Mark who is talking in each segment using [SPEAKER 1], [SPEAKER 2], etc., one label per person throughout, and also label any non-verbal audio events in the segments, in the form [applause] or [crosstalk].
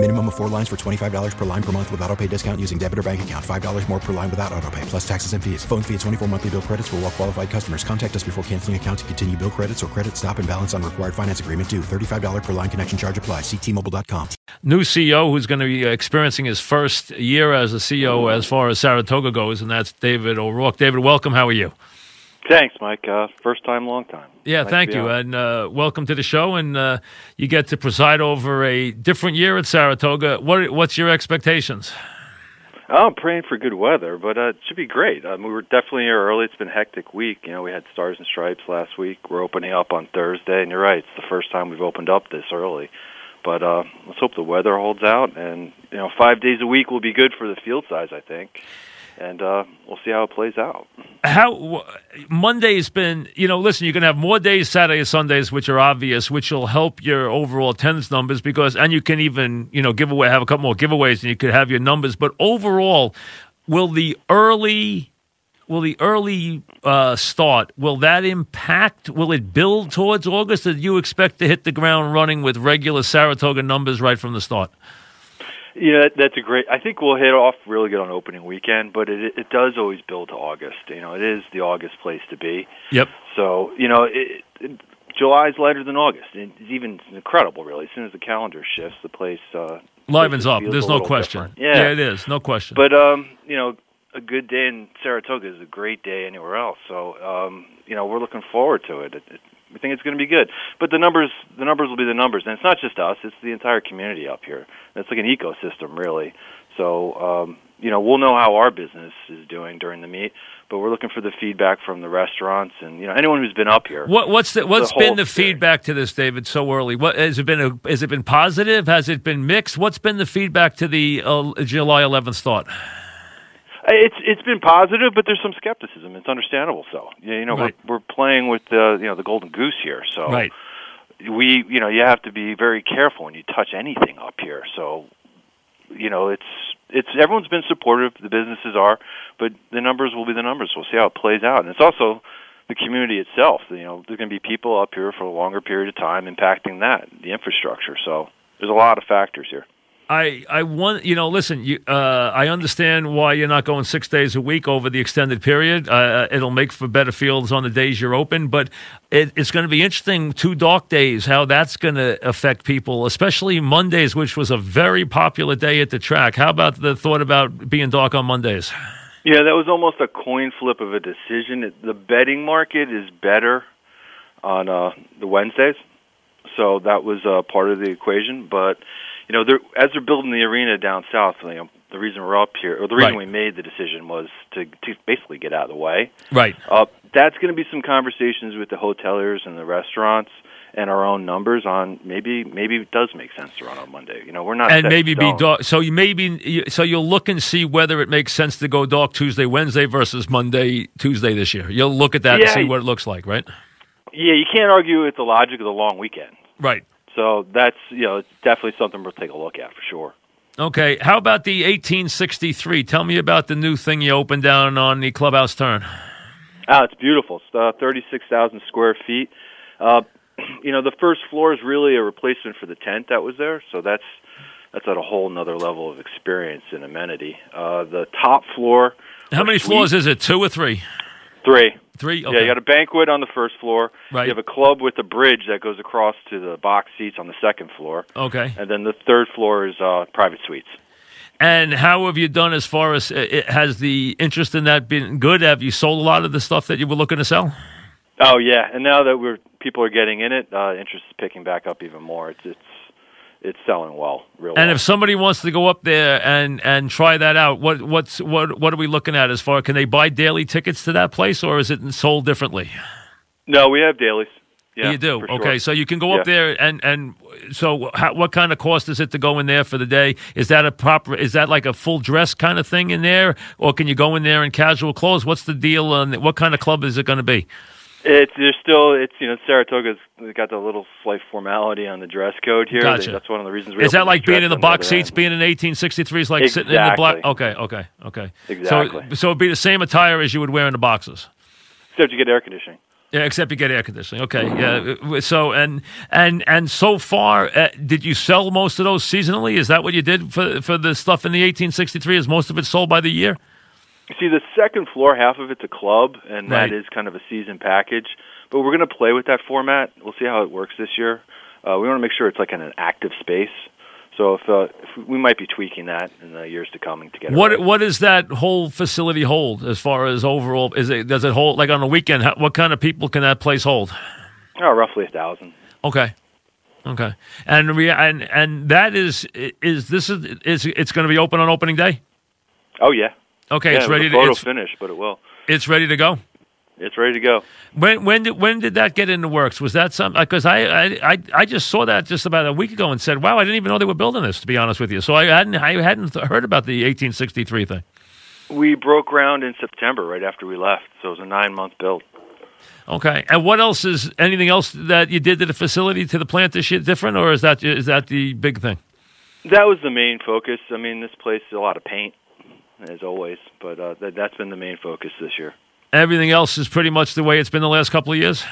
[SPEAKER 1] Minimum of four lines for $25 per line per month with auto pay discount using debit or bank account. $5 more per line without auto pay, plus taxes and fees. Phone fee at 24 monthly bill credits for all well qualified customers. Contact us before canceling account to continue bill credits or credit stop and balance on required finance agreement due. $35 per line connection charge apply. Ctmobile.com.
[SPEAKER 2] New CEO who's going to be uh, experiencing his first year as a CEO as far as Saratoga goes, and that's David O'Rourke. David, welcome. How are you?
[SPEAKER 3] Thanks, Mike. Uh, first time, long time.
[SPEAKER 2] Yeah,
[SPEAKER 3] Nice
[SPEAKER 2] thank
[SPEAKER 3] to be
[SPEAKER 2] you,
[SPEAKER 3] on.
[SPEAKER 2] and uh, welcome to the show. And uh, you get to preside over a different year at Saratoga. What what's your expectations?
[SPEAKER 3] Oh, I'm praying for good weather, but uh, it should be great. Um, we were definitely here early. It's been a hectic week. You know, we had Stars and Stripes last week. We're opening up on Thursday, and you're right. It's the first time we've opened up this early. But uh, let's hope the weather holds out, and you know, five days a week will be good for the field size, I think. And uh, we'll see how it plays out.
[SPEAKER 2] How w- Monday's been? You know, listen, you're going to have more days Saturday and Sundays, which are obvious, which will help your overall attendance numbers because, and you can even you know give away have a couple more giveaways, and you could have your numbers. But overall, will the early will the early uh, start will that impact will it build towards august or do you expect to hit the ground running with regular saratoga numbers right from the start
[SPEAKER 3] Yeah, that- that's a great. I think we'll hit off really good on opening weekend, but it it does always build to August. You know, it is the August place to be.
[SPEAKER 2] yep
[SPEAKER 3] So you know, it, it, July's lighter than August. It's even it's incredible, really. As soon as the calendar shifts, the place uh,
[SPEAKER 2] livens
[SPEAKER 3] places
[SPEAKER 2] up
[SPEAKER 3] feels
[SPEAKER 2] there's
[SPEAKER 3] a
[SPEAKER 2] no
[SPEAKER 3] little
[SPEAKER 2] question
[SPEAKER 3] different. Yeah.
[SPEAKER 2] it is no question
[SPEAKER 3] But um, you know, a good day in Saratoga is a great day anywhere else. So um, you know, we're looking forward to it. it, it we think it's going to be good, but the numbers the numbers will be the numbers, and it's not just us; it's the entire community up here. It's like an ecosystem, really. So um, you know, we'll know how our business is doing during the meet, but we're looking for the feedback from the restaurants and you know anyone who's been up here.
[SPEAKER 2] What, what's the, what's
[SPEAKER 3] whole
[SPEAKER 2] been the
[SPEAKER 3] experience.
[SPEAKER 2] feedback to this, David? So early, what has it been? A, has it been positive? Has it been mixed? What's been the feedback to the uh, July 11th start?
[SPEAKER 3] Uh, It's it's been positive, but there's some skepticism. It's understandable. So Yeah, you know
[SPEAKER 2] Right.
[SPEAKER 3] we're we're playing with the you know the golden goose here. So
[SPEAKER 2] Right.
[SPEAKER 3] we you know you have to be very careful when you touch anything up here. So you know it's it's everyone's been supportive. The businesses are, but the numbers will be the numbers. We'll see how it plays out. And it's also the community itself. You know there's going to be people up here for a longer period of time, impacting that the infrastructure. So there's a lot of factors here.
[SPEAKER 2] I, I want you know listen you uh, I understand why you're not going six days a week over the extended period uh, it'll make for better fields on the days you're open but it, it's going to be interesting two dark days how that's going to affect people especially Mondays which was a very popular day at the track how about the thought about being dark on Mondays
[SPEAKER 3] Yeah, that was almost a coin flip of a decision. It- The betting market is better on uh, the Wednesdays, so that was uh, part of the equation. But you know, they're, as they're building the arena down south, you know, the reason we're up here, or the reason
[SPEAKER 2] Right.
[SPEAKER 3] we made the decision was to, to basically get out of the way.
[SPEAKER 2] right
[SPEAKER 3] Uh, that's going to be some conversations with the hoteliers and the restaurants and our own numbers on maybe maybe it does make sense to run on Monday. You know, we're not set
[SPEAKER 2] and
[SPEAKER 3] in
[SPEAKER 2] maybe be
[SPEAKER 3] stone.
[SPEAKER 2] dark. So you maybe you- so you'll look and see whether it makes sense to go dark Tuesday, Wednesday versus Monday, Tuesday this year. You'll look at that and
[SPEAKER 3] Yeah.
[SPEAKER 2] see what it looks like, right?
[SPEAKER 3] Yeah, you can't argue with the logic of the long weekend.
[SPEAKER 2] Right.
[SPEAKER 3] So that's you know it's definitely something we'll take a look at for sure.
[SPEAKER 2] Okay. How about the 1863? Tell me about the new thing you opened down on the clubhouse turn.
[SPEAKER 3] Ah, it's beautiful. It's uh, thirty-six thousand square feet. Uh, [clears throat] you know, the first floor is really a replacement for the tent that was there, so that's that's at a whole nother level of experience and amenity. Uh, the top floor.
[SPEAKER 2] How
[SPEAKER 3] or
[SPEAKER 2] many
[SPEAKER 3] suite-
[SPEAKER 2] floors is it? Two or three?
[SPEAKER 3] Three.
[SPEAKER 2] Three.
[SPEAKER 3] Yeah,
[SPEAKER 2] Okay.
[SPEAKER 3] you got a banquet on the first floor.
[SPEAKER 2] Right.
[SPEAKER 3] You have a club with a bridge that goes across to the box seats on the second floor,
[SPEAKER 2] okay.
[SPEAKER 3] and then the third floor is uh, private suites.
[SPEAKER 2] And how have you done as far as uh, it, has the interest in that been good? Have you sold a lot of the stuff that you were looking to sell?
[SPEAKER 3] Oh yeah, and now that we're people are getting in it, uh, interest is picking back up even more. It's it's it's selling well, real
[SPEAKER 2] And
[SPEAKER 3] well.
[SPEAKER 2] if somebody wants to go up there and and try that out, what what's what what are we looking at as far? Can they buy daily tickets to that place, or is it sold differently?
[SPEAKER 3] no, we have dailies. Yeah,
[SPEAKER 2] you do.
[SPEAKER 3] for sure.
[SPEAKER 2] Okay, so you can go up
[SPEAKER 3] Yeah.
[SPEAKER 2] there and and so how, what kind of cost is it to go in there for the day? Is that a proper? Is that like a full dress kind of thing in there, or can you go in there in casual clothes? What's the deal? And what kind of club is it going to be?
[SPEAKER 3] It's there's still it's you know Saratoga's got the little slight formality on the dress code here.
[SPEAKER 2] Gotcha.
[SPEAKER 3] That's one of the reasons. we
[SPEAKER 2] Is
[SPEAKER 3] opened
[SPEAKER 2] that like
[SPEAKER 3] dress
[SPEAKER 2] being in the
[SPEAKER 3] on
[SPEAKER 2] box
[SPEAKER 3] other
[SPEAKER 2] seats,
[SPEAKER 3] end.
[SPEAKER 2] being in 1863 is like sitting in the black? Okay, okay, okay. So,
[SPEAKER 3] Exactly.
[SPEAKER 2] so it'd be the same attire as you would wear in the boxes.
[SPEAKER 3] Except you get air conditioning.
[SPEAKER 2] Yeah, except you get air conditioning. Okay, yeah. So and and and so far, uh, did you sell most of those seasonally? Is that what you did for for the stuff in the 1863? Is most of it sold by the year?
[SPEAKER 3] See, the second floor half of it's a club, and
[SPEAKER 2] Right.
[SPEAKER 3] that is kind of a season package. But we're going to play with that format. We'll see how it works this year. Uh, we want to make sure it's like in an active space. So if, uh, if we might be tweaking that in the years to come to get it
[SPEAKER 2] What
[SPEAKER 3] right.
[SPEAKER 2] what does that whole facility hold as far as overall? Is it does it hold like on a weekend? how- What kind of people can that place hold?
[SPEAKER 3] Oh, roughly a thousand.
[SPEAKER 2] Okay. Okay. And we and and that is is this is, is it's going to be open on opening day?
[SPEAKER 3] Oh yeah.
[SPEAKER 2] Okay,
[SPEAKER 3] yeah,
[SPEAKER 2] it's
[SPEAKER 3] it was
[SPEAKER 2] ready
[SPEAKER 3] a
[SPEAKER 2] to
[SPEAKER 3] photo
[SPEAKER 2] it's,
[SPEAKER 3] finish, but it will.
[SPEAKER 2] it's ready to go.
[SPEAKER 3] It's ready to go.
[SPEAKER 2] When when did when did that get into works? Was that some because I, I I I just saw that just about a week ago and said, "Wow, I didn't even know they were building this." To be honest with you, so I hadn't I hadn't th- heard about the 1863 thing.
[SPEAKER 3] We broke ground in September, right after we left. So it was a nine month build.
[SPEAKER 2] Okay, and what else is anything else that you did to the facility to the plant this year different, or is that is that the big thing?
[SPEAKER 3] That was the main focus. I mean, this place is a lot of paint, as always, but uh, that, that's been the main focus this year.
[SPEAKER 2] Everything else is pretty much the way it's been the last couple of years.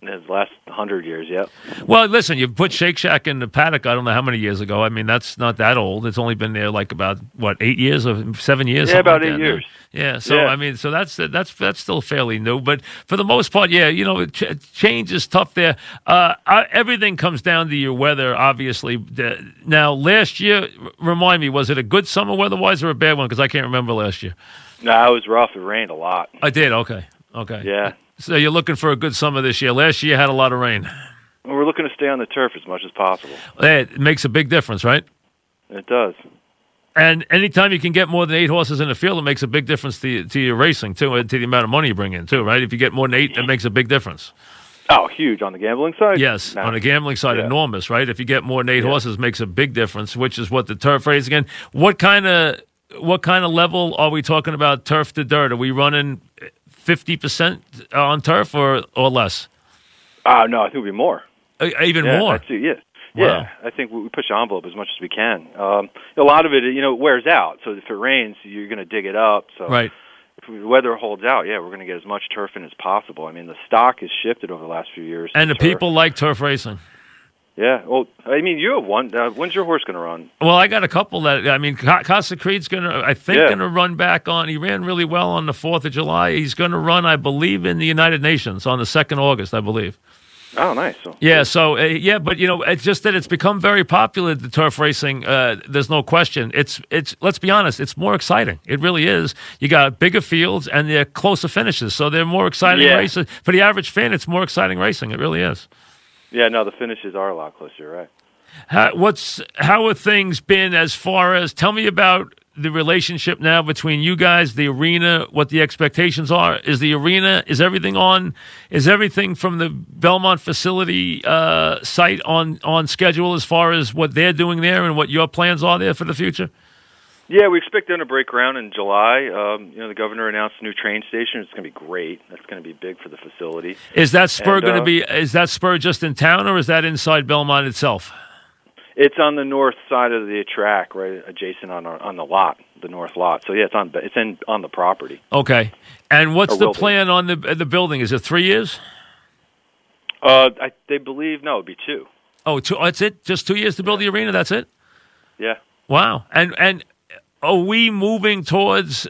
[SPEAKER 3] The last hundred years, yep.
[SPEAKER 2] Well, listen, you put Shake Shack in the paddock. I don't know how many years ago. I mean, that's not that old. It's only been there like about what eight years or seven years.
[SPEAKER 3] Yeah,
[SPEAKER 2] something
[SPEAKER 3] about
[SPEAKER 2] like
[SPEAKER 3] eight
[SPEAKER 2] that.
[SPEAKER 3] years.
[SPEAKER 2] Yeah. So
[SPEAKER 3] Yeah.
[SPEAKER 2] I mean, so that's that's that's still fairly new. But for the most part, yeah, you know, ch- change is tough there. Uh, I, everything comes down to your weather, obviously. The- Now, last year, r- remind me, was it a good summer weather-wise or a bad one? Because I can't remember last year.
[SPEAKER 3] No, it was rough. It rained a lot.
[SPEAKER 2] I did. Okay. Okay.
[SPEAKER 3] [laughs] Yeah.
[SPEAKER 2] So you're looking for a good summer this year. Last year had a lot of rain.
[SPEAKER 3] And we're looking to stay on the turf as much as possible.
[SPEAKER 2] It makes a big difference, right?
[SPEAKER 3] It does.
[SPEAKER 2] And anytime you can get more than eight horses in the field, it makes a big difference to to your racing too, and to the amount of money you bring in too, right? If you get more than eight,
[SPEAKER 3] Mm-hmm.
[SPEAKER 2] it makes a big difference.
[SPEAKER 3] Oh, huge on the gambling side.
[SPEAKER 2] Yes, on the gambling side,
[SPEAKER 3] Yeah.
[SPEAKER 2] enormous, right? If you get more than eight horses, it makes a big difference, which is what the turf race again. What kind of what kind of level are we talking about? Turf to dirt? Are we running fifty percent on turf or or less?
[SPEAKER 3] Oh no, I think it'll be more.
[SPEAKER 2] Uh, Even
[SPEAKER 3] yeah,
[SPEAKER 2] more.
[SPEAKER 3] that's it, yeah.
[SPEAKER 2] Wow.
[SPEAKER 3] Yeah, I think we we push the envelope as much as we can. Um, a lot of it, you know, wears out. So if it rains, you're going to dig it up. So
[SPEAKER 2] Right.
[SPEAKER 3] if the weather holds out, yeah, we're going to get as much turf in as possible. I mean, the stock has shifted over the last few years.
[SPEAKER 2] And the
[SPEAKER 3] to turf.
[SPEAKER 2] people like turf racing.
[SPEAKER 3] Yeah. Well, I mean, you have one. Uh, when's your horse going to run?
[SPEAKER 2] Well, I got a couple that I mean, Ca- Casa Creed's gonna, I think,
[SPEAKER 3] Yeah.
[SPEAKER 2] gonna run back on. He ran really well on the Fourth of July. He's gonna run, I believe, in the United Nations on the second August, I believe.
[SPEAKER 3] Oh, nice. So,
[SPEAKER 2] Yeah. So uh, yeah, but you know, it's just that it's become very popular. The turf racing. Uh, there's no question. It's it's. Let's be honest. It's more exciting. It really is. You got bigger fields and they're closer finishes, so they're more exciting
[SPEAKER 3] Yeah.
[SPEAKER 2] races for the average fan. It's more exciting racing. It really is.
[SPEAKER 3] yeah. No, the finishes are a lot closer. You're right.
[SPEAKER 2] How, what's how have things been as far as tell me about the relationship now between you guys, the arena, what the expectations are? Is the arena is everything on? Is everything from the Belmont facility uh, site on on schedule as far as what they're doing there and what your plans are there for the future?
[SPEAKER 3] Yeah, we expect them to break ground in July. Um, you know, the governor announced a new train station. It's going to be great. That's going to be big for the facility.
[SPEAKER 2] Is that spur
[SPEAKER 3] And,
[SPEAKER 2] going to
[SPEAKER 3] uh,
[SPEAKER 2] be? Is that spur just in town or is that inside Belmont itself?
[SPEAKER 3] It's on the north side of the track, right adjacent on our, on the lot, the north lot. So yeah, it's on it's in on the property.
[SPEAKER 2] Okay. And what's
[SPEAKER 3] Or
[SPEAKER 2] the
[SPEAKER 3] will be.
[SPEAKER 2] plan on the the building? Is it three years?
[SPEAKER 3] Uh, I, they believe no, it'd be two.
[SPEAKER 2] Oh, two, that's it. Just two years to build the arena. That's it.
[SPEAKER 3] Yeah.
[SPEAKER 2] Wow. And and are we moving towards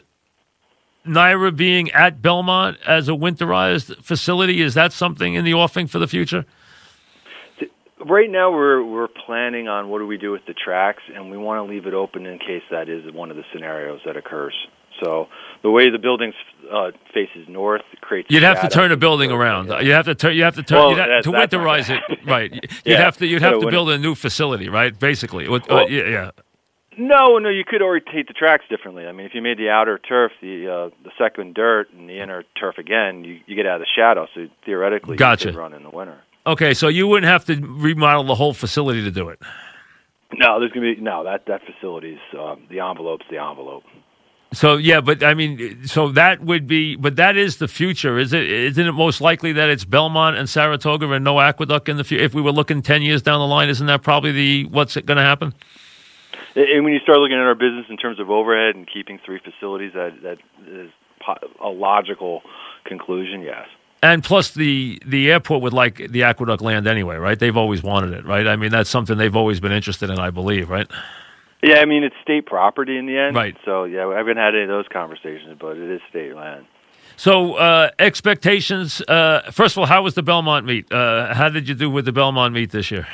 [SPEAKER 2] Naira being at Belmont as a winterized facility? Is that something in the offing for the future?
[SPEAKER 3] Right now, we're we're planning on what do we do with the tracks, and we want to leave it open in case that is one of the scenarios that occurs. So the way the building uh, faces north it creates.
[SPEAKER 2] You'd have to
[SPEAKER 3] strata.
[SPEAKER 2] turn a building around. You would have to turn. You have to turn.
[SPEAKER 3] Well,
[SPEAKER 2] you'd have,
[SPEAKER 3] that-
[SPEAKER 2] to
[SPEAKER 3] that's not
[SPEAKER 2] winterize it,
[SPEAKER 3] gonna
[SPEAKER 2] right?
[SPEAKER 3] [laughs]
[SPEAKER 2] You'd
[SPEAKER 3] Yeah.
[SPEAKER 2] have to. You'd
[SPEAKER 3] But
[SPEAKER 2] have
[SPEAKER 3] it
[SPEAKER 2] to
[SPEAKER 3] wouldn't-
[SPEAKER 2] build a new facility, right? Basically, With- uh,
[SPEAKER 3] Well-
[SPEAKER 2] yeah, yeah.
[SPEAKER 3] No, no, you could orientate the tracks differently. I mean, if you made the outer turf the uh, the second dirt and the inner turf again, you, you get out of the shadow. So theoretically,
[SPEAKER 2] Gotcha.
[SPEAKER 3] you could run in the winter.
[SPEAKER 2] Okay, so you wouldn't have to remodel the whole facility to do it.
[SPEAKER 3] No, there's gonna be no that that facility's um, the envelope's the envelope.
[SPEAKER 2] So yeah, but I mean, so that would be, but that is the future, is it? Isn't it most likely that it's Belmont and Saratoga and no aqueduct in the future? If we were looking ten years down the line, isn't that probably the what's going to happen?
[SPEAKER 3] And when you start looking at our business in terms of overhead and keeping three facilities, that that is po- a logical conclusion. Yes.
[SPEAKER 2] And plus, the the airport would like the aqueduct land anyway, right? They've always wanted it, right? I mean, that's something they've always been interested in, I believe, right?
[SPEAKER 3] Yeah, I mean it's state property in the end.
[SPEAKER 2] Right.
[SPEAKER 3] So yeah, I haven't had any of those conversations, but it is state land.
[SPEAKER 2] So uh, expectations. Uh, first of all, how was the Belmont meet? Uh, how did you do with the Belmont meet this year?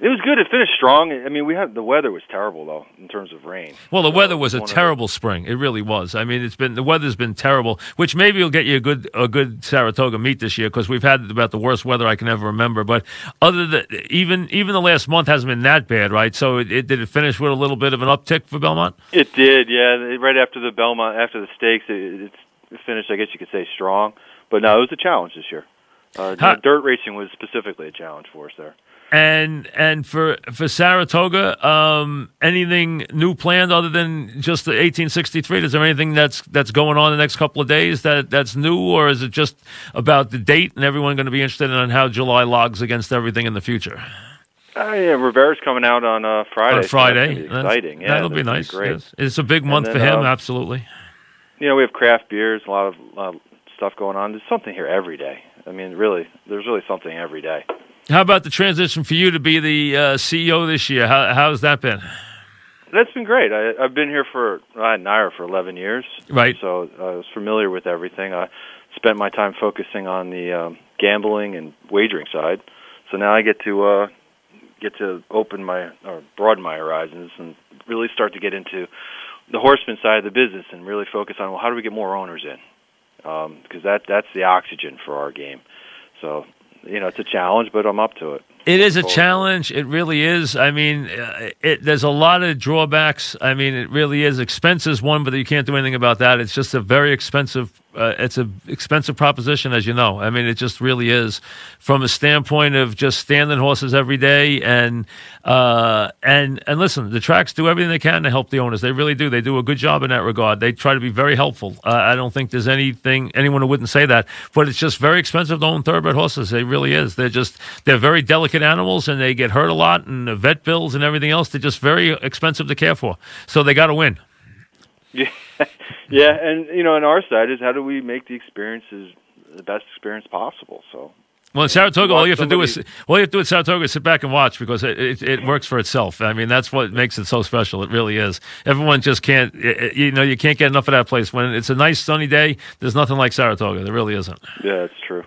[SPEAKER 3] It was good. It finished strong. I mean, we had the weather was terrible though in terms of rain.
[SPEAKER 2] Well, the
[SPEAKER 3] So
[SPEAKER 2] weather was a
[SPEAKER 3] one of the-
[SPEAKER 2] terrible spring. It really was. I mean, it's been the weather's been terrible, which maybe will get you a good a good Saratoga meet this year because we've had about the worst weather I can ever remember. But other than even even the last month hasn't been that bad, right? So it, it did it finish with a little bit of an uptick for Belmont.
[SPEAKER 3] It did, yeah. It- Right after the Belmont, after the stakes, it, it's it finished. I guess you could say strong, but no, it was a challenge this year. Uh,
[SPEAKER 2] Huh.
[SPEAKER 3] Dirt racing was specifically a challenge for us there.
[SPEAKER 2] And and for for Saratoga, um, anything new planned other than just the 1863? Is there anything that's that's going on the next couple of days that that's new, or is it just about the date and everyone going to be interested in how July logs against everything in the future?
[SPEAKER 3] Oh yeah, Rivera's coming out on uh, Friday.
[SPEAKER 2] on
[SPEAKER 3] so that's gonna
[SPEAKER 2] Friday.
[SPEAKER 3] be
[SPEAKER 2] That's-
[SPEAKER 3] exciting. yeah,
[SPEAKER 2] that'll be
[SPEAKER 3] that's gonna
[SPEAKER 2] nice.
[SPEAKER 3] great.
[SPEAKER 2] yes. It's a big month
[SPEAKER 3] then,
[SPEAKER 2] for him,
[SPEAKER 3] um,
[SPEAKER 2] absolutely.
[SPEAKER 3] You know, we have craft beers, a lot of, lot of stuff going on. There's something here every day. I mean, really, there's really something every day.
[SPEAKER 2] How about the transition for you to be the uh, CEO this year? How, how's that been?
[SPEAKER 3] That's been great. I, I've been here for uh, Naira for 11 years,
[SPEAKER 2] Right.
[SPEAKER 3] So I was familiar with everything. I spent my time focusing on the um, gambling and wagering side, so now I get to uh, get to open my or broaden my horizons and really start to get into the horseman side of the business and really focus on well, how do we get more owners in? Because that that's the oxygen for our game. So you know, it's a challenge, but I'm up to it.
[SPEAKER 2] It is a
[SPEAKER 3] forward.
[SPEAKER 2] challenge. It really is. I mean, uh, it, there's a lot of drawbacks. I mean, it really is. Expense is one, but you can't do anything about that. It's just a very expensive. Uh, it's a expensive proposition, as you know. I mean, it just really is. From a standpoint of just standing horses every day, and uh, and and listen, the tracks do everything they can to help the owners. They really do. They do a good job in that regard. They try to be very helpful. Uh, I don't think there's anything anyone who wouldn't say that. But it's just very expensive to own thoroughbred horses. They really is. They're just they're very delicate animals and they get hurt a lot and the vet bills and everything else. They're just very expensive to care for. So they got to win.
[SPEAKER 3] Yeah, [laughs] yeah, and you know, on our side is how do we make the experiences the best experience possible? So
[SPEAKER 2] Well, in Saratoga,
[SPEAKER 3] want
[SPEAKER 2] all you have to do
[SPEAKER 3] somebody-
[SPEAKER 2] is all you have to do in Saratoga is sit back and watch because it, it, it works for itself. I mean, that's what makes it so special. It really is. Everyone just can't, i- i- you know, you can't get enough of that place. When it's a nice sunny day, there's nothing like Saratoga. There really isn't.
[SPEAKER 3] yeah, it's true.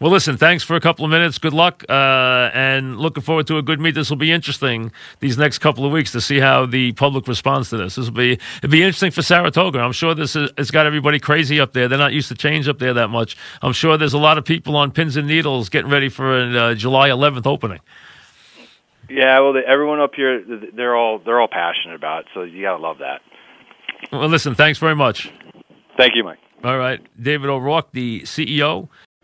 [SPEAKER 2] Well, listen, thanks for a couple of minutes. Good luck, uh, and looking forward to a good meet. This will be interesting these next couple of weeks to see how the public responds to this. This will be it'll be interesting for Saratoga. I'm sure this is, it's got everybody crazy up there. They're not used to change up there that much. I'm sure there's a lot of people on pins and needles getting ready for a uh, July 11th opening.
[SPEAKER 3] Yeah, well, the, everyone up here, th- they're all they're all passionate about it, so you gotta love that.
[SPEAKER 2] Well, listen, thanks very much.
[SPEAKER 3] Thank you, Mike.
[SPEAKER 2] All right, David O'Rourke, the E CEO.